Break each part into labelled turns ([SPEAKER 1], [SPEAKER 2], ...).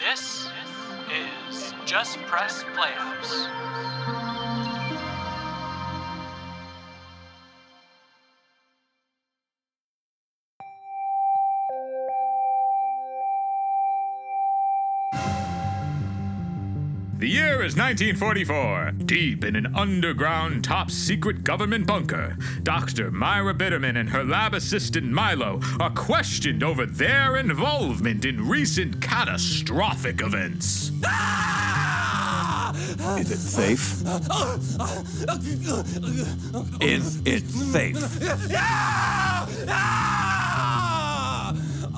[SPEAKER 1] This is Just Press Playhouse.
[SPEAKER 2] The year is 1944. Deep in an underground top secret government bunker, Dr. Myra Bitterman and her lab assistant Milo are questioned over their involvement in recent catastrophic events.
[SPEAKER 3] Is it safe? Is it safe?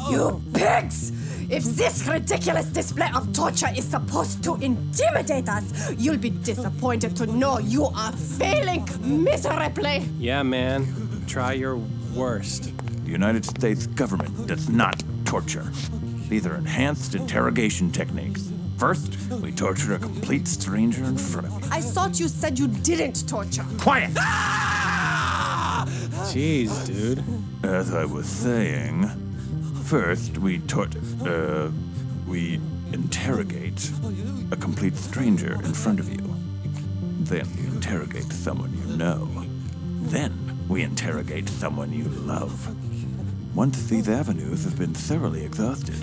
[SPEAKER 4] You pigs! If this ridiculous display of torture is supposed to intimidate us, you'll be disappointed to know you are failing miserably.
[SPEAKER 5] Yeah, man. Try your worst.
[SPEAKER 3] The United States government does not torture. These are enhanced interrogation techniques. First, we tortured a complete stranger in front of you.
[SPEAKER 4] I thought you said you didn't torture.
[SPEAKER 3] Quiet!
[SPEAKER 5] Ah! Jeez, dude.
[SPEAKER 3] As I was saying, first we tort uh we interrogate a complete stranger in front of you. Then we interrogate someone you know. Then we interrogate someone you love. Once these avenues have been thoroughly exhausted,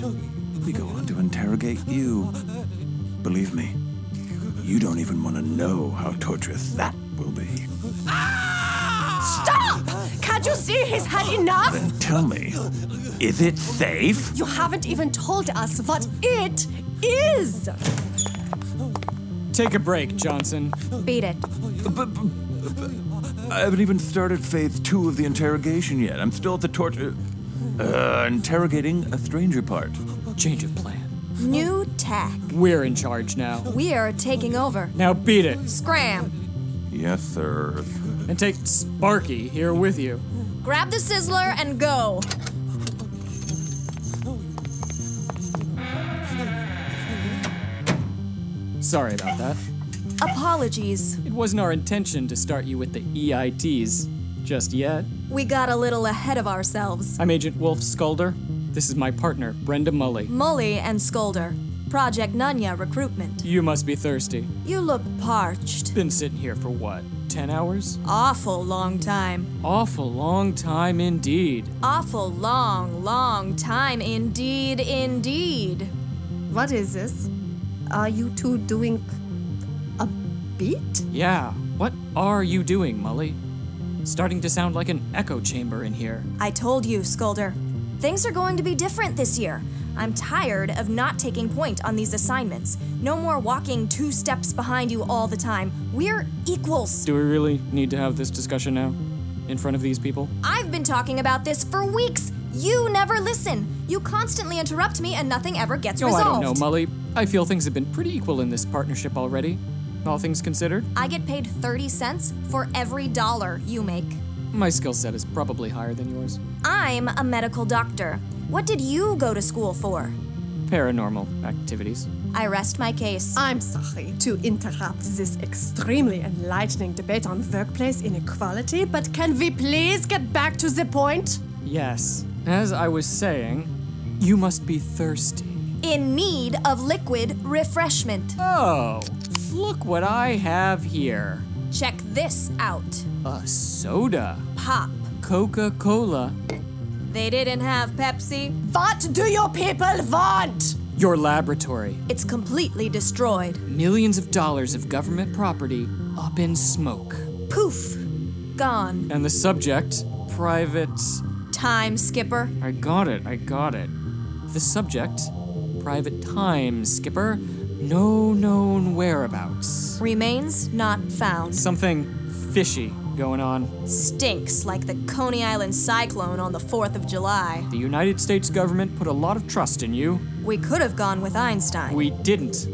[SPEAKER 3] we go on to interrogate you. Believe me, you don't even want to know how torturous that will be.
[SPEAKER 4] Stop! Can't you see he's had enough?
[SPEAKER 3] Then tell me, is it safe?
[SPEAKER 4] You haven't even told us what it is.
[SPEAKER 6] Take a break, Johnson.
[SPEAKER 4] Beat it.
[SPEAKER 3] I haven't even started phase two of the interrogation yet. I'm still at the torture. Uh, interrogating a stranger part.
[SPEAKER 6] Change of plan.
[SPEAKER 7] New tech.
[SPEAKER 6] We're in charge now.
[SPEAKER 7] We are taking over.
[SPEAKER 6] Now beat it.
[SPEAKER 7] Scram.
[SPEAKER 3] Yes, sir.
[SPEAKER 6] And take Sparky here with you.
[SPEAKER 7] Grab the sizzler and go.
[SPEAKER 6] Sorry about that.
[SPEAKER 7] Apologies.
[SPEAKER 6] It wasn't our intention to start you with the EITs just yet.
[SPEAKER 7] We got a little ahead of ourselves.
[SPEAKER 6] I'm Agent Wolf Skulder. This is my partner, Brenda Mully.
[SPEAKER 7] Mully and Scolder. Project Nanya recruitment.
[SPEAKER 6] You must be thirsty.
[SPEAKER 7] You look parched.
[SPEAKER 6] Been sitting here for what? 10 hours?
[SPEAKER 7] Awful long time.
[SPEAKER 6] Awful long time indeed.
[SPEAKER 7] Awful long, long time indeed, indeed.
[SPEAKER 4] What is this? Are you two doing a beat?
[SPEAKER 6] Yeah, what are you doing, Mully? Starting to sound like an echo chamber in here.
[SPEAKER 7] I told you, Scolder. Things are going to be different this year. I'm tired of not taking point on these assignments. No more walking two steps behind you all the time. We're equals.
[SPEAKER 6] Do we really need to have this discussion now? In front of these people?
[SPEAKER 7] I've been talking about this for weeks. You never listen. You constantly interrupt me and nothing ever gets
[SPEAKER 6] No,
[SPEAKER 7] resolved.
[SPEAKER 6] Oh, I don't know, Mully. I feel things have been pretty equal in this partnership already. All things considered,
[SPEAKER 7] I get paid 30 cents for every dollar you make.
[SPEAKER 6] my skill set is probably higher than yours.
[SPEAKER 7] I'm a medical doctor. What did you go to school for?
[SPEAKER 6] Paranormal activities.
[SPEAKER 7] I rest my case.
[SPEAKER 4] I'm sorry to interrupt this extremely enlightening debate on workplace inequality, but can we please get back to the point?
[SPEAKER 6] Yes. As I was saying, you must be thirsty.
[SPEAKER 7] In need of liquid refreshment.
[SPEAKER 6] Oh, look what I have here
[SPEAKER 7] Check this out.
[SPEAKER 6] a soda.
[SPEAKER 7] Pop.
[SPEAKER 6] Coca Cola.
[SPEAKER 7] They didn't have Pepsi.
[SPEAKER 4] What do your people want?
[SPEAKER 6] Your laboratory.
[SPEAKER 7] It's completely destroyed.
[SPEAKER 6] Millions of dollars of government property up in smoke.
[SPEAKER 7] Poof. Gone.
[SPEAKER 6] And the subject, private.
[SPEAKER 7] Time skipper.
[SPEAKER 6] I got it, I got it. The subject, private time skipper, no known whereabouts.
[SPEAKER 7] Remains not found.
[SPEAKER 6] Something fishy going on.
[SPEAKER 7] Stinks like the Coney Island cyclone on the 4th of July.
[SPEAKER 6] The United States government put a lot of trust in you.
[SPEAKER 7] We could have gone with Einstein.
[SPEAKER 6] We didn't.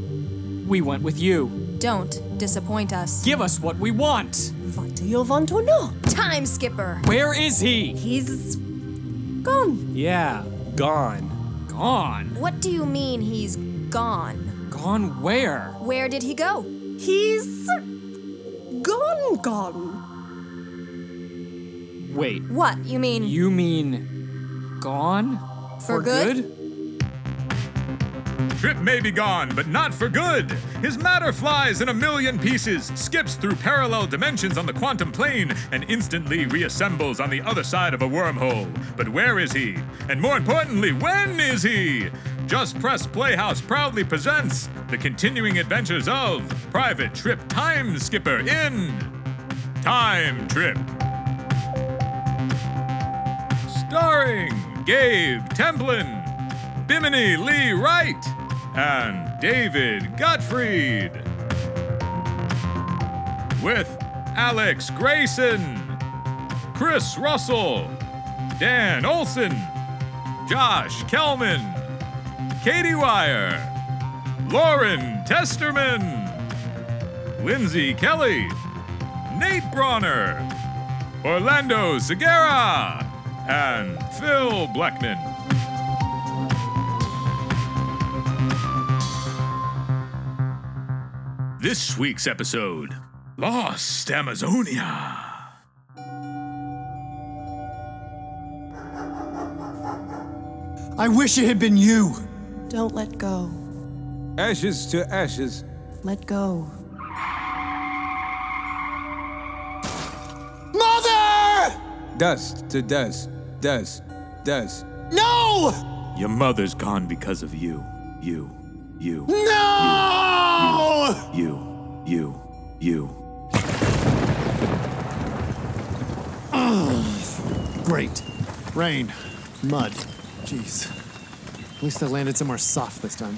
[SPEAKER 6] We went with you.
[SPEAKER 7] Don't disappoint us.
[SPEAKER 6] Give us what we want.
[SPEAKER 4] What do you want to know?
[SPEAKER 7] Time skipper.
[SPEAKER 6] Where is he?
[SPEAKER 4] He's gone.
[SPEAKER 5] Yeah, gone.
[SPEAKER 6] Gone.
[SPEAKER 7] What do you mean he's gone?
[SPEAKER 6] Gone where?
[SPEAKER 7] Where did he go?
[SPEAKER 4] He's gone, gone.
[SPEAKER 6] Wait,
[SPEAKER 7] What, you mean
[SPEAKER 6] you mean gone?
[SPEAKER 7] For good?
[SPEAKER 2] Trip may be gone, but not for good. His matter flies in a million pieces, skips through parallel dimensions on the quantum plane, and instantly reassembles on the other side of a wormhole. But where is he? And more importantly, when is he? Just Press Playhouse proudly presents the continuing adventures of Private Trip Time Skipper in Time Trip. Starring Gabe Templin, Bimini Lee Wright, and David Gottfried. With Alex Grayson, Chris Russell, Dan Olson, Josh Kelman, Katie Wire, Lauren Testerman, Lindsay Kelly, Nate Bronner, Orlando Segura, and Phil Blackman. This week's episode Lost Amazonia.
[SPEAKER 8] I wish it had been you.
[SPEAKER 9] Don't let go.
[SPEAKER 10] Ashes to ashes.
[SPEAKER 9] Let go.
[SPEAKER 8] Mother!
[SPEAKER 10] Dust to dust. Dust. Dust.
[SPEAKER 8] No!
[SPEAKER 2] Your mother's gone because of you. You. You.
[SPEAKER 8] No!
[SPEAKER 2] You. You. You.
[SPEAKER 8] Great. Rain. Mud. Jeez. At least I landed somewhere soft this time.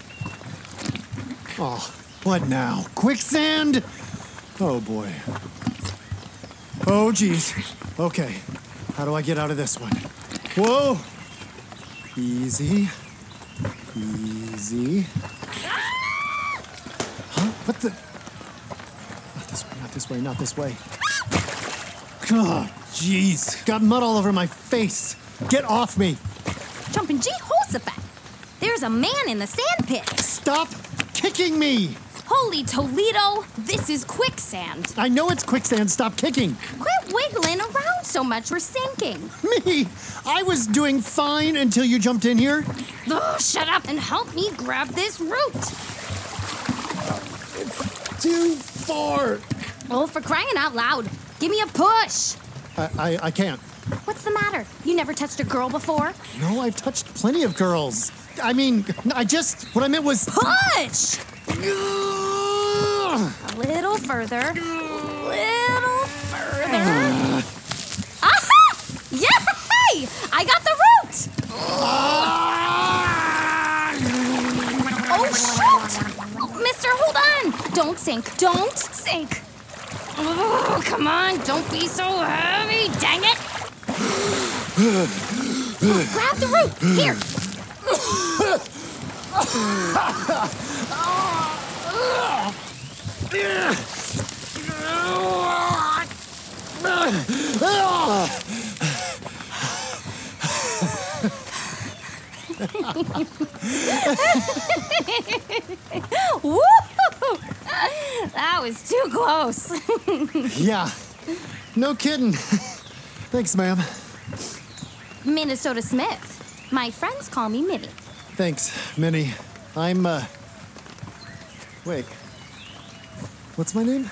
[SPEAKER 8] Oh, what now? Quicksand? Oh boy. Oh jeez. Okay. How do I get out of this one? Whoa! Easy. Easy. Huh? What the? Not this way, not this way, not this way. God, jeez. Got mud all over my face. Get off me.
[SPEAKER 11] Jumping Jehoshaphat! There's a man in the sandpit!
[SPEAKER 8] Stop kicking me.
[SPEAKER 11] Holy Toledo, this is quicksand!
[SPEAKER 8] I know it's quicksand. Stop kicking.
[SPEAKER 11] Quit wiggling around so much, we're sinking!
[SPEAKER 8] Me. I was doing fine until you jumped in here.
[SPEAKER 11] Ugh, shut up and help me grab this root!
[SPEAKER 8] Too far.
[SPEAKER 11] Oh, for crying out loud! Give me a push!
[SPEAKER 8] I, I, I can't.
[SPEAKER 11] What's the matter? You never touched a girl before?
[SPEAKER 8] No, I've touched plenty of girls. I mean, I just what I meant was.
[SPEAKER 11] Push! A little further. Little further. Aha! Yay! I got the root! Oh shoot! Mister, hold on! Don't sink. Don't sink. Oh, come on, don't be so heavy, dang it! Oh, grab the root! Here! Woo! That was too close.
[SPEAKER 8] Yeah. No kidding. Thanks, ma'am.
[SPEAKER 11] Minnesota Smith. My friends call me Minnie.
[SPEAKER 8] Thanks, Minnie. I'm, uh. Wait. What's my name?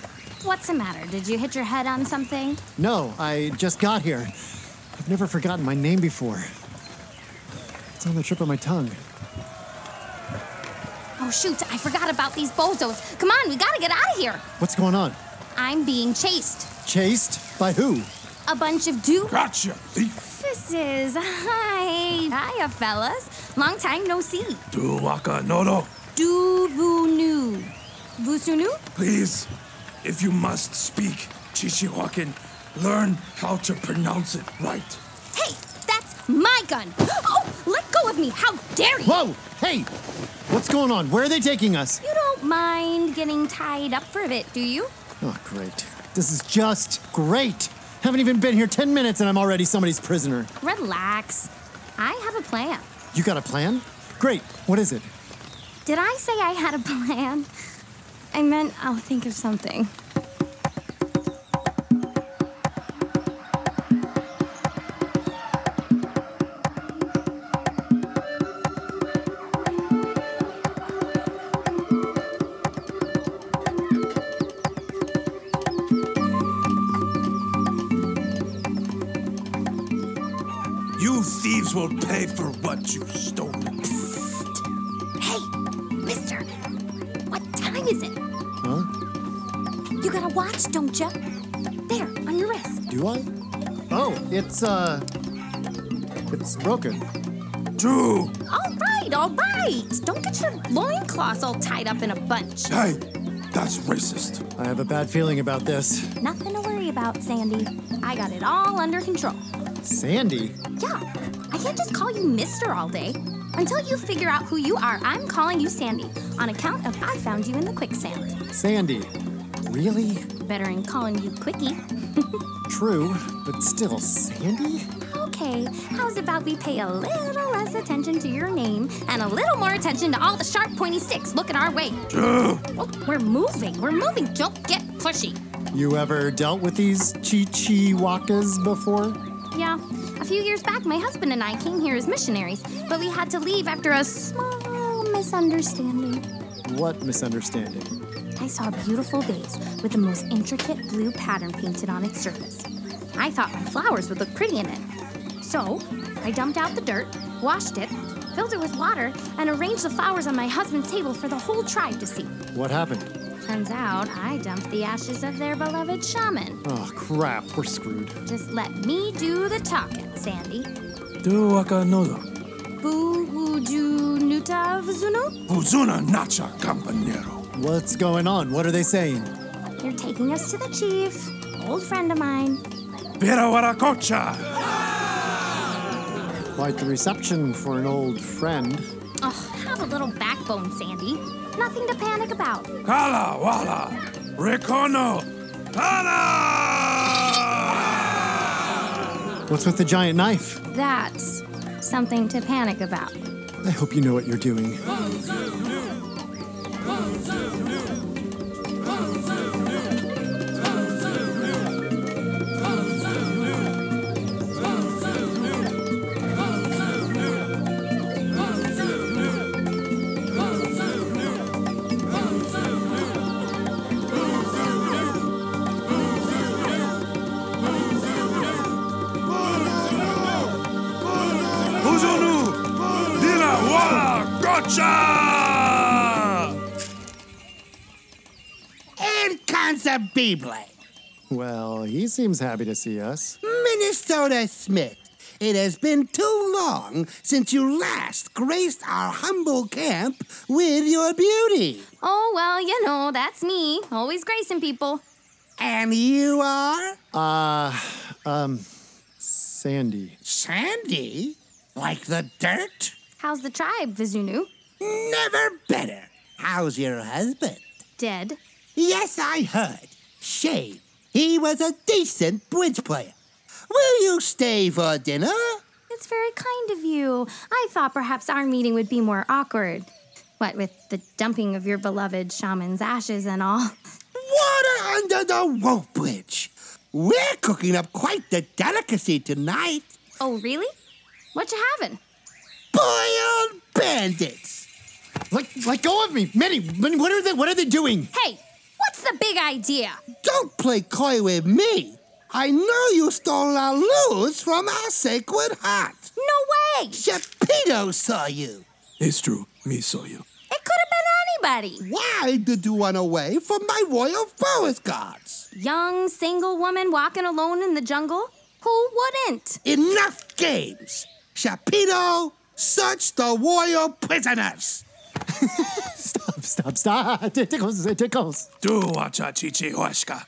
[SPEAKER 11] What's the matter? Did you hit your head on something?
[SPEAKER 8] No, I just got here. I've never forgotten my name before. It's on the tip of my tongue.
[SPEAKER 11] Oh, shoot, I forgot about these bozos. Come on, we gotta get out of here.
[SPEAKER 8] What's going on?
[SPEAKER 11] I'm being chased.
[SPEAKER 8] Chased? By who?
[SPEAKER 11] A bunch of doofuses.
[SPEAKER 10] Gotcha, thief.
[SPEAKER 11] Hi. Hiya, fellas. Long time no see.
[SPEAKER 10] Duwaka Nodo,
[SPEAKER 11] Duvunu. Vusunu?
[SPEAKER 10] please. If you must speak Chichiwakan, learn how to pronounce it right.
[SPEAKER 11] Hey, that's my gun. Oh, let go of me. How dare you?
[SPEAKER 8] Whoa! Hey! What's going on? Where are they taking us?
[SPEAKER 11] You don't mind getting tied up for a bit, do you?
[SPEAKER 8] Oh, great. This is just great. Haven't even been here 10 minutes and I'm already somebody's prisoner.
[SPEAKER 11] Relax. I have a plan.
[SPEAKER 8] You got a plan? Great. What is it?
[SPEAKER 11] Did I say I had a plan? I meant I'll think of something.
[SPEAKER 9] will pay for what you've stolen.
[SPEAKER 11] Hey, mister, what time is it?
[SPEAKER 8] Huh?
[SPEAKER 11] You got a watch, don't ya? There, on your wrist.
[SPEAKER 8] Do I? Oh, it's uh, it's broken.
[SPEAKER 9] True.
[SPEAKER 11] All right, all right. Don't get your loincloths all tied up in a bunch.
[SPEAKER 9] Hey, that's racist.
[SPEAKER 8] I have a bad feeling about this.
[SPEAKER 11] Nothing to worry about, Sandy. I got it all under control.
[SPEAKER 8] Sandy.
[SPEAKER 11] Yeah, I can't just call you Mister all day. Until you figure out who you are, I'm calling you Sandy on account of I found you in the quicksand.
[SPEAKER 8] Sandy. Really?
[SPEAKER 11] Better than calling you Quickie.
[SPEAKER 8] True, but still, Sandy?
[SPEAKER 11] Okay, how's about we pay a little less attention to your name and a little more attention to all the sharp, pointy sticks looking our way?
[SPEAKER 9] True.
[SPEAKER 11] Oh, we're moving, we're moving. Don't get pushy.
[SPEAKER 8] You ever dealt with these chi chi wakas before?
[SPEAKER 11] Yeah, a few years back, my husband and I came here as missionaries, but we had to leave after a small misunderstanding.
[SPEAKER 8] What misunderstanding?
[SPEAKER 11] I saw beautiful vase with the most intricate blue pattern painted on its surface. I thought my flowers would look pretty in it. So, I dumped out the dirt, washed it, filled it with water, and arranged the flowers on my husband's table for the whole tribe to see.
[SPEAKER 8] What happened?
[SPEAKER 11] Turns out I dumped the ashes of their beloved shaman.
[SPEAKER 8] Oh, crap, we're screwed.
[SPEAKER 11] Just let me do the talking, Sandy.
[SPEAKER 9] Do waka nodo.
[SPEAKER 11] Boo wuju nuta vzunu?
[SPEAKER 9] Buzuna nacha campanero.
[SPEAKER 8] What's going on? What are they saying?
[SPEAKER 11] They're taking us to the chief, old friend of mine.
[SPEAKER 9] Pirawaracocha.
[SPEAKER 8] Quite the reception for an old friend.
[SPEAKER 11] Oh, have a little backbone, Sandy. Nothing to panic about.
[SPEAKER 9] Kala wala. Recono.
[SPEAKER 8] What's with the giant knife?
[SPEAKER 11] That's something to panic about.
[SPEAKER 8] I hope you know what you're doing.
[SPEAKER 9] Buzunu. Dila wala gocha.
[SPEAKER 12] And Kansa Beyblade.
[SPEAKER 8] Well, he seems happy to see us.
[SPEAKER 12] Minnesota Smith. It has been too long since you last graced our humble camp with your beauty.
[SPEAKER 11] Oh, well, you know, that's me. Always gracing people.
[SPEAKER 12] And you are?
[SPEAKER 8] Uh, um, Sandy.
[SPEAKER 12] Sandy? Like the dirt?
[SPEAKER 11] How's the tribe, Vizunu?
[SPEAKER 12] Never better. How's your husband?
[SPEAKER 11] Dead.
[SPEAKER 12] Yes, I heard. Shame. He was a decent bridge player. Will you stay for dinner?
[SPEAKER 11] It's very kind of you. I thought perhaps our meeting would be more awkward. What with the dumping of your beloved shaman's ashes and all.
[SPEAKER 12] Water under the rope bridge. We're cooking up quite the delicacy tonight.
[SPEAKER 11] Oh, really? What you having?
[SPEAKER 12] Boiled bandits.
[SPEAKER 8] Let, let go of me, Minnie. Minnie, what are they? What are they doing?
[SPEAKER 11] Hey, what's the big idea?
[SPEAKER 12] Don't play coy with me. I know you stole our loot from our sacred heart.
[SPEAKER 11] No way.
[SPEAKER 12] Geppetto saw you.
[SPEAKER 9] It's true. Me saw you.
[SPEAKER 11] It could have been anybody.
[SPEAKER 12] Why did you run away from my royal forest guards?
[SPEAKER 11] Young, single woman walking alone in the jungle? Who wouldn't?
[SPEAKER 12] Enough games. Geppetto, search the royal prisoners.
[SPEAKER 8] Stop, stop, stop. It tickles, it tickles.
[SPEAKER 9] Do wacha chichi huashka.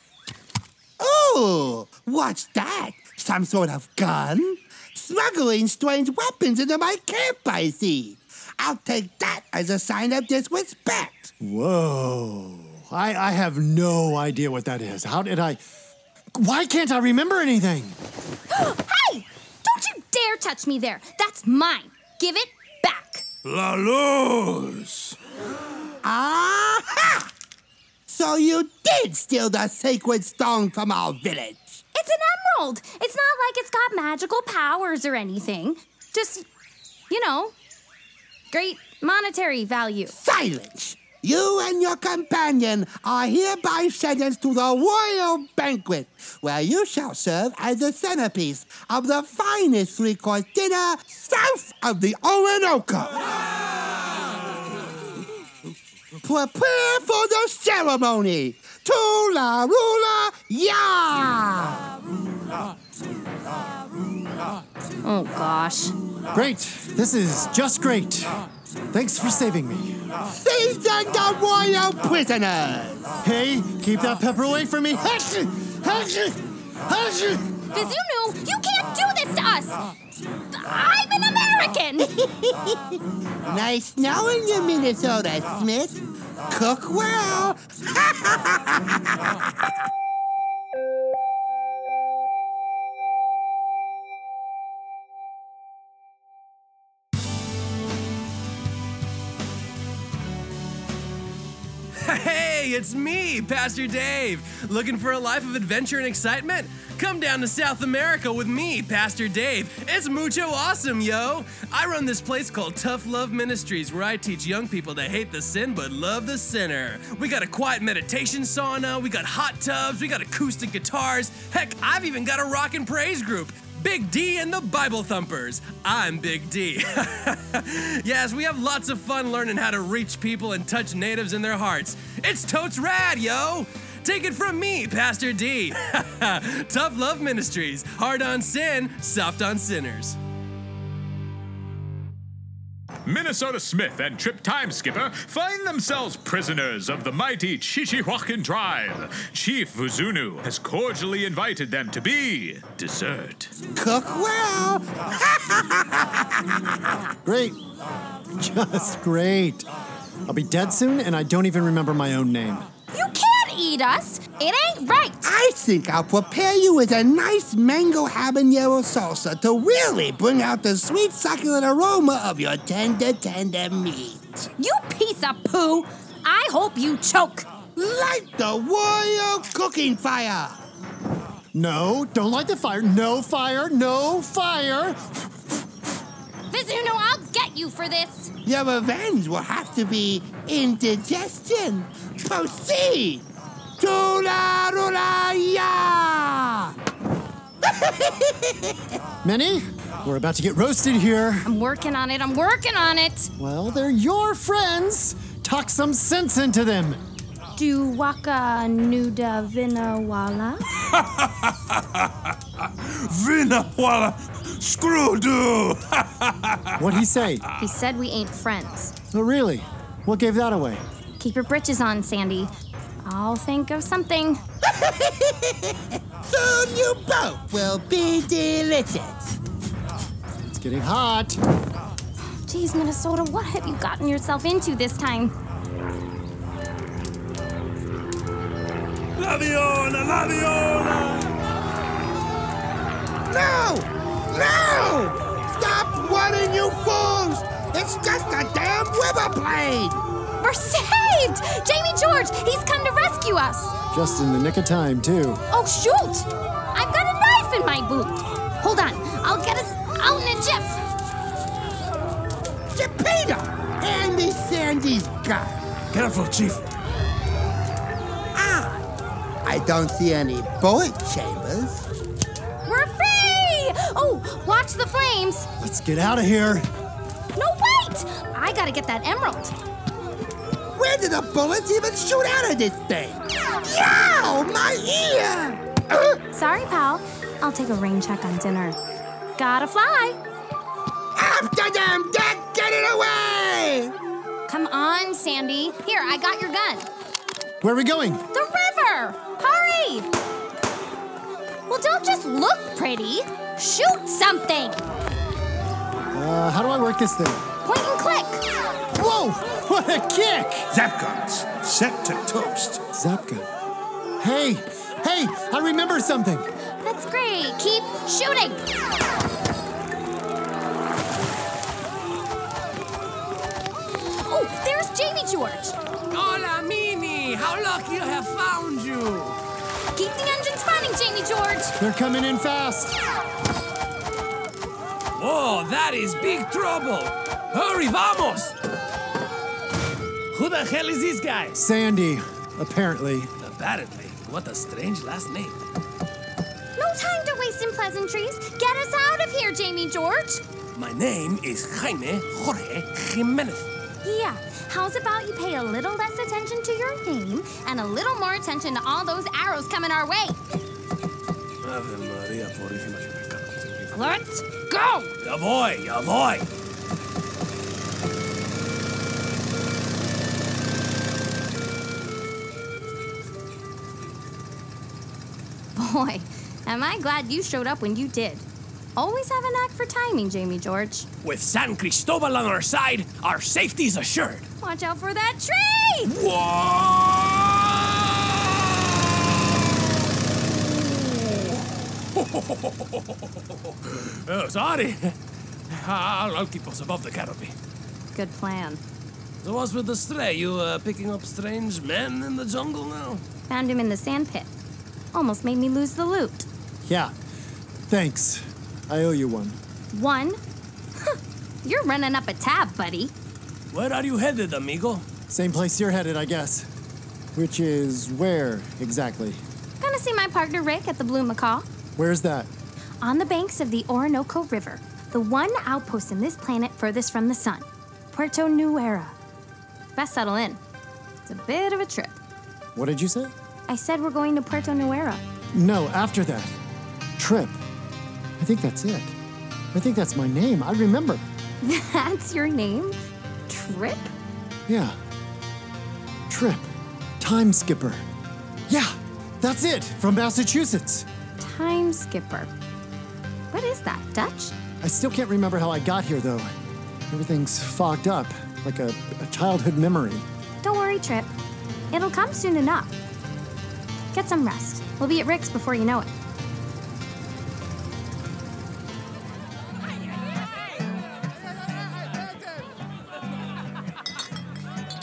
[SPEAKER 12] Oh, what's that? Some sort of gun? Smuggling strange weapons into my camp, I see. I'll take that as a sign of disrespect.
[SPEAKER 8] Whoa. I, I have no idea what that is. How did I. Why can't I remember anything?
[SPEAKER 11] hey! Don't you dare touch me there. That's mine. Give it back.
[SPEAKER 9] La luz.
[SPEAKER 12] Aha! So you did steal the sacred stone from our village.
[SPEAKER 11] It's an emerald. It's not like it's got magical powers or anything. Just, you know, great monetary value.
[SPEAKER 12] Silence! You and your companion are hereby sentenced to the royal banquet, where you shall serve as the centerpiece of the finest three course dinner south of the Orinoco. Prepare for the ceremony. Tula Rula Ya!
[SPEAKER 11] Oh, gosh.
[SPEAKER 8] Great. This is just great. Thanks for saving me.
[SPEAKER 12] Seize the royal prisoners!
[SPEAKER 8] Hey, keep that pepper away from me. Hush! Hush! Hush!
[SPEAKER 11] Vizunu, you can't do this to us! I'm an American!
[SPEAKER 12] Nice knowing you, Minnesota Smith. Cook well.
[SPEAKER 5] Hey, it's me, Pastor Dave. Looking for a life of adventure and excitement? Come down to South America with me, Pastor Dave. It's mucho awesome, yo. I run this place called Tough Love Ministries where I teach young people to hate the sin but love the sinner. We got a quiet meditation sauna, we got hot tubs, we got acoustic guitars. Heck, I've even got a rock and praise group. Big D and the Bible Thumpers. I'm Big D. yes, we have lots of fun learning how to reach people and touch natives in their hearts. It's totes rad, yo! Take it from me, Pastor D. Tough Love Ministries, hard on sin, soft on sinners.
[SPEAKER 2] Minnesota Smith and Trip Time Skipper find themselves prisoners of the mighty Chichihuacan tribe. Chief Vuzunu has cordially invited them to be dessert.
[SPEAKER 12] Cook well.
[SPEAKER 8] Great. Just great. I'll be dead soon, and I don't even remember my own name.
[SPEAKER 11] you can't eat us! It ain't right!
[SPEAKER 12] I think I'll prepare you with a nice mango habanero salsa to really bring out the sweet succulent aroma of your tender, tender meat.
[SPEAKER 11] You piece of poo! I hope you choke!
[SPEAKER 12] Light the royal cooking fire!
[SPEAKER 8] No, don't light the fire. No fire. No fire.
[SPEAKER 11] Vizuno, I'll get you for this!
[SPEAKER 12] Your revenge will have to be indigestion. Proceed! Tula rula ya!
[SPEAKER 8] Minnie, we're about to get roasted here.
[SPEAKER 11] I'm working on it, I'm working on it!
[SPEAKER 8] Well, they're your friends. Talk some sense into them.
[SPEAKER 11] Do waka nuda vinawala?
[SPEAKER 9] Vinawala, screw do.
[SPEAKER 8] What'd he say?
[SPEAKER 11] He said we ain't friends.
[SPEAKER 8] Oh, really? What gave that away?
[SPEAKER 11] Keep your britches on, Sandy. I'll think of something.
[SPEAKER 12] Soon you both will be delicious.
[SPEAKER 8] It's getting hot.
[SPEAKER 11] Geez, Minnesota, what have you gotten yourself into this time?
[SPEAKER 9] Laviona, Laviona.
[SPEAKER 12] No! No! Stop running, you fools! It's just a damn river blade!
[SPEAKER 11] We're saved! Jamie George, he's come to rescue us!
[SPEAKER 8] Just in the nick of time, too.
[SPEAKER 11] Oh, shoot! I've got a knife in my boot! Hold on, I'll get us out in a jiff!
[SPEAKER 12] Geppetto! Hand me Sandy's gun.
[SPEAKER 9] Careful, Chief.
[SPEAKER 12] Ah! I don't see any bullet chambers.
[SPEAKER 11] We're free! Oh, watch the flames!
[SPEAKER 8] Let's get out of here.
[SPEAKER 11] No, wait! I gotta get that emerald.
[SPEAKER 12] Where did the bullets even shoot out of this thing? Yow! My ear!
[SPEAKER 11] Sorry, pal. I'll take a rain check on dinner. Gotta fly!
[SPEAKER 12] After them! Get, get it away!
[SPEAKER 11] Come on, Sandy. Here, I got your gun.
[SPEAKER 8] Where are we going?
[SPEAKER 11] The river! Hurry! Well, don't just look pretty. Shoot something!
[SPEAKER 8] Uh, how do I work this thing?
[SPEAKER 11] Point and click!
[SPEAKER 8] Whoa! What a kick!
[SPEAKER 9] Zap guns, set to toast.
[SPEAKER 8] Zapka. Hey, hey, I remember something.
[SPEAKER 11] That's great. Keep shooting. Oh, there's Jamie George.
[SPEAKER 5] Hola, Mini. How lucky I have found you.
[SPEAKER 11] Keep the engines running, Jamie George.
[SPEAKER 8] They're coming in fast.
[SPEAKER 5] Oh, that is big trouble. Hurry, vamos. Who the hell is this guy?
[SPEAKER 8] Sandy, apparently.
[SPEAKER 5] Apparently. What a strange last name.
[SPEAKER 11] No time to waste in pleasantries. Get us out of here, Jamie George.
[SPEAKER 5] My name is Jaime Jorge Jimenez.
[SPEAKER 11] Yeah, how's about you pay a little less attention to your name and a little more attention to all those arrows coming our way?
[SPEAKER 5] Ave Maria Purísima.
[SPEAKER 11] Let's go!
[SPEAKER 5] Avoid, avoid.
[SPEAKER 11] Boy, am I glad you showed up when you did. Always have a knack for timing, Jamie George.
[SPEAKER 5] With San Cristobal on our side, our safety's assured.
[SPEAKER 11] Watch out for that tree!
[SPEAKER 5] Oh, sorry. I'll, I'll keep us above the canopy.
[SPEAKER 11] Good plan.
[SPEAKER 5] So what's with the stray? You uh, picking up strange men in the jungle now?
[SPEAKER 11] Found him in the sand pit. Almost made me lose the loot.
[SPEAKER 8] Yeah. Thanks. I owe you one.
[SPEAKER 11] One? Huh, You're running up a tab, buddy.
[SPEAKER 5] Where are you headed, amigo?
[SPEAKER 8] Same place you're headed, I guess. Which is where exactly?
[SPEAKER 11] Gonna see my partner Rick at the Blue Macaw.
[SPEAKER 8] Where's that?
[SPEAKER 11] On the banks of the Orinoco River, the one outpost in this planet furthest from the sun, Puerto Nuera. Best settle in. It's a bit of a trip.
[SPEAKER 8] What did you say?
[SPEAKER 11] I said we're going to Puerto Nuera.
[SPEAKER 8] No, after that. Trip. I think that's it. I think that's my name. I remember.
[SPEAKER 11] That's your name? Trip?
[SPEAKER 8] Yeah. Trip. Time skipper. Yeah, that's it. From Massachusetts.
[SPEAKER 11] Time skipper. What is that, Dutch?
[SPEAKER 8] I still can't remember how I got here, though. Everything's fogged up, like a, a childhood memory.
[SPEAKER 11] Don't worry, Trip. It'll come soon enough. Get some rest. We'll be at Rick's before you know it.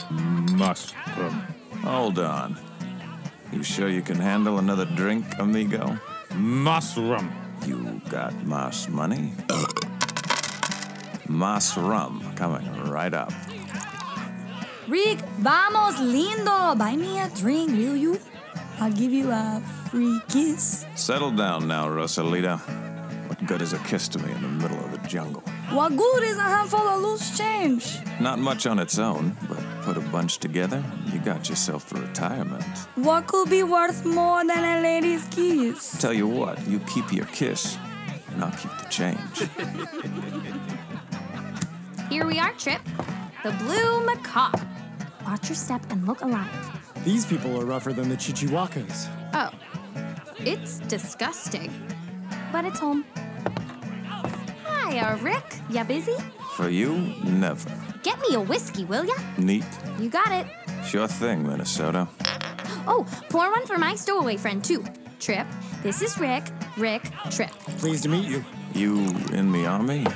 [SPEAKER 13] Must. Hold on. You sure you can handle another drink, amigo? Mas rum. You got mas money? mas rum coming right up.
[SPEAKER 14] Rick, vamos lindo! Buy me a drink, will you? I'll give you a free kiss.
[SPEAKER 13] Settle down now, Rosalita. What good is a kiss to me in the middle of the jungle?
[SPEAKER 14] What good is a handful of loose change?
[SPEAKER 13] Not much on its own, but put a bunch together, you got yourself a retirement.
[SPEAKER 14] What could be worth more than a lady's kiss?
[SPEAKER 13] Tell you what, you keep your kiss, and I'll keep the change.
[SPEAKER 11] Here we are, Trip. The Blue Macaw. Watch your step and look alive.
[SPEAKER 8] These people are rougher than the Chichiwakas.
[SPEAKER 11] Oh, it's disgusting. But it's home. Hiya, Rick. Ya busy?
[SPEAKER 13] For you, never.
[SPEAKER 11] Get me a whiskey, will ya?
[SPEAKER 13] Neat.
[SPEAKER 11] You got it.
[SPEAKER 13] Sure thing, Minnesota.
[SPEAKER 11] Oh, pour one for my stowaway friend, too. Trip, this is Rick. Rick, Trip.
[SPEAKER 8] Pleased to meet you.
[SPEAKER 13] You in the army?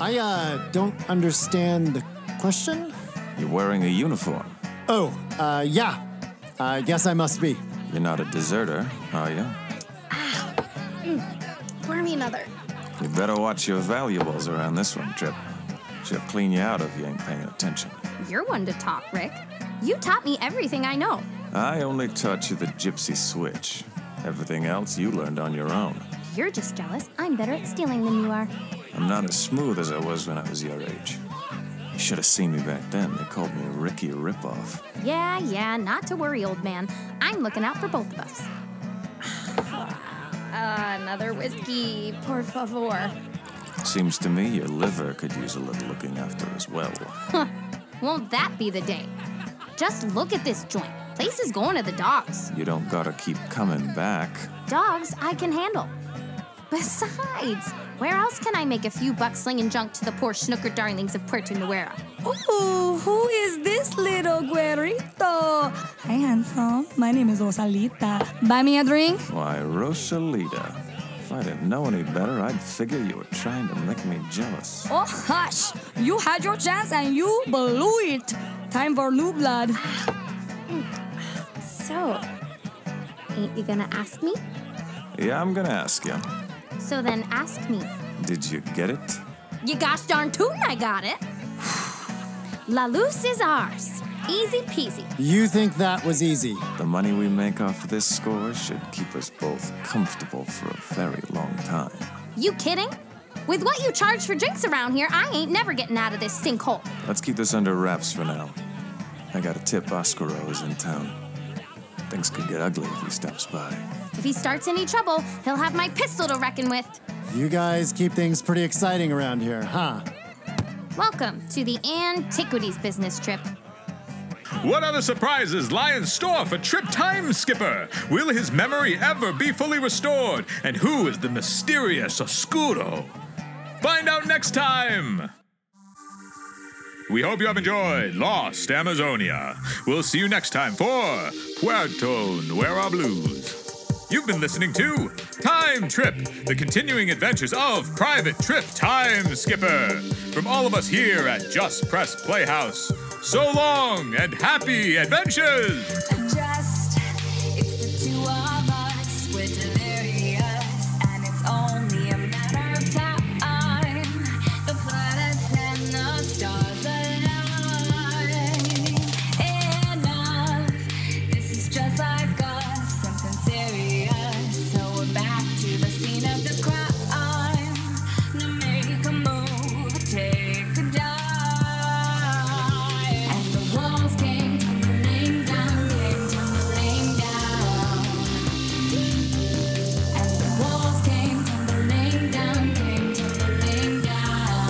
[SPEAKER 8] I, uh, don't understand the question?
[SPEAKER 13] You're wearing a uniform.
[SPEAKER 8] Oh, uh, yeah. I guess I must be.
[SPEAKER 13] You're not a deserter, are you?
[SPEAKER 11] Pour Mm. me another.
[SPEAKER 13] You better watch your valuables around this one, Trip. She'll clean you out if you ain't paying attention.
[SPEAKER 11] You're one to talk, Rick. You taught me everything I know.
[SPEAKER 13] I only taught you the gypsy switch. Everything else you learned on your own.
[SPEAKER 11] You're just jealous. I'm better at stealing than you are.
[SPEAKER 13] I'm not as smooth as I was when I was your age. You should have seen me back then. They called me Ricky Ripoff.
[SPEAKER 11] Yeah, yeah, not to worry, old man. I'm looking out for both of us. Ah, another whiskey, por favor.
[SPEAKER 13] Seems to me your liver could use a little looking after as well.
[SPEAKER 11] Huh, won't that be the day? Just look at this joint. Place is going to the dogs.
[SPEAKER 13] You don't gotta keep coming back.
[SPEAKER 11] Dogs I can handle. Besides, where else can I make a few bucks slinging junk to the poor snooker darlings of Puerto Nuera?
[SPEAKER 14] Ooh, who is this little guerrito? Hi, handsome. My name is Rosalita. Buy me a drink?
[SPEAKER 13] Why, Rosalita. If I didn't know any better, I'd figure you were trying to make me jealous.
[SPEAKER 14] Oh, hush! You had your chance and you blew it. Time for new blood.
[SPEAKER 11] So, ain't you gonna ask me?
[SPEAKER 13] Yeah, I'm gonna ask you.
[SPEAKER 11] So then ask me.
[SPEAKER 13] Did you get it?
[SPEAKER 11] You gosh darn tootin' I got it. La Luce is ours. Easy peasy.
[SPEAKER 8] You think that was easy?
[SPEAKER 13] The money we make off this score should keep us both comfortable for a very long time.
[SPEAKER 11] You kidding? With what you charge for drinks around here, I ain't never getting out of this sinkhole.
[SPEAKER 13] Let's keep this under wraps for now. I got a tip Oscaro is in town. Things could get ugly if he stops by.
[SPEAKER 11] If he starts any trouble, he'll have my pistol to reckon with.
[SPEAKER 8] You guys keep things pretty exciting around here, huh?
[SPEAKER 11] Welcome to the Antiquities Business Trip.
[SPEAKER 2] What other surprises lie in store for Trip Time Skipper? Will his memory ever be fully restored? And who is the mysterious Oscuro? Find out next time! We hope you have enjoyed Lost Amazonia. We'll see you next time for Puerto Nueva Blues. You've been listening to Time Trip, the continuing adventures of Private Trip Time Skipper. From all of us here at Just Press Playhouse, so long and happy adventures!
[SPEAKER 15] Just, it's the two of us. We're delirious, and it's only a matter of time. The planets and the stars align. Enough. This is just like us, something serious. So we're back to the scene of the crime. Now make a move, take a dive. And the walls came tumbling down, came tumbling down. And the walls came tumbling down, came tumbling down.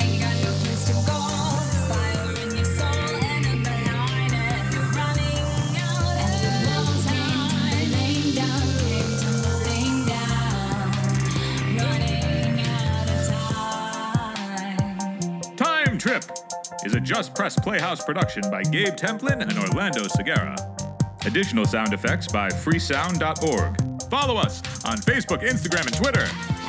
[SPEAKER 15] Ain't got no place to go. There's fire in your soul and a blind and you're running out. And the walls came tumbling down, came tumbling down, running out of time.
[SPEAKER 2] Time Trip is a Just Press Playhouse production by Gabe Templin and Orlando Segura. Additional sound effects by freesound.org. Follow us on Facebook, Instagram, and Twitter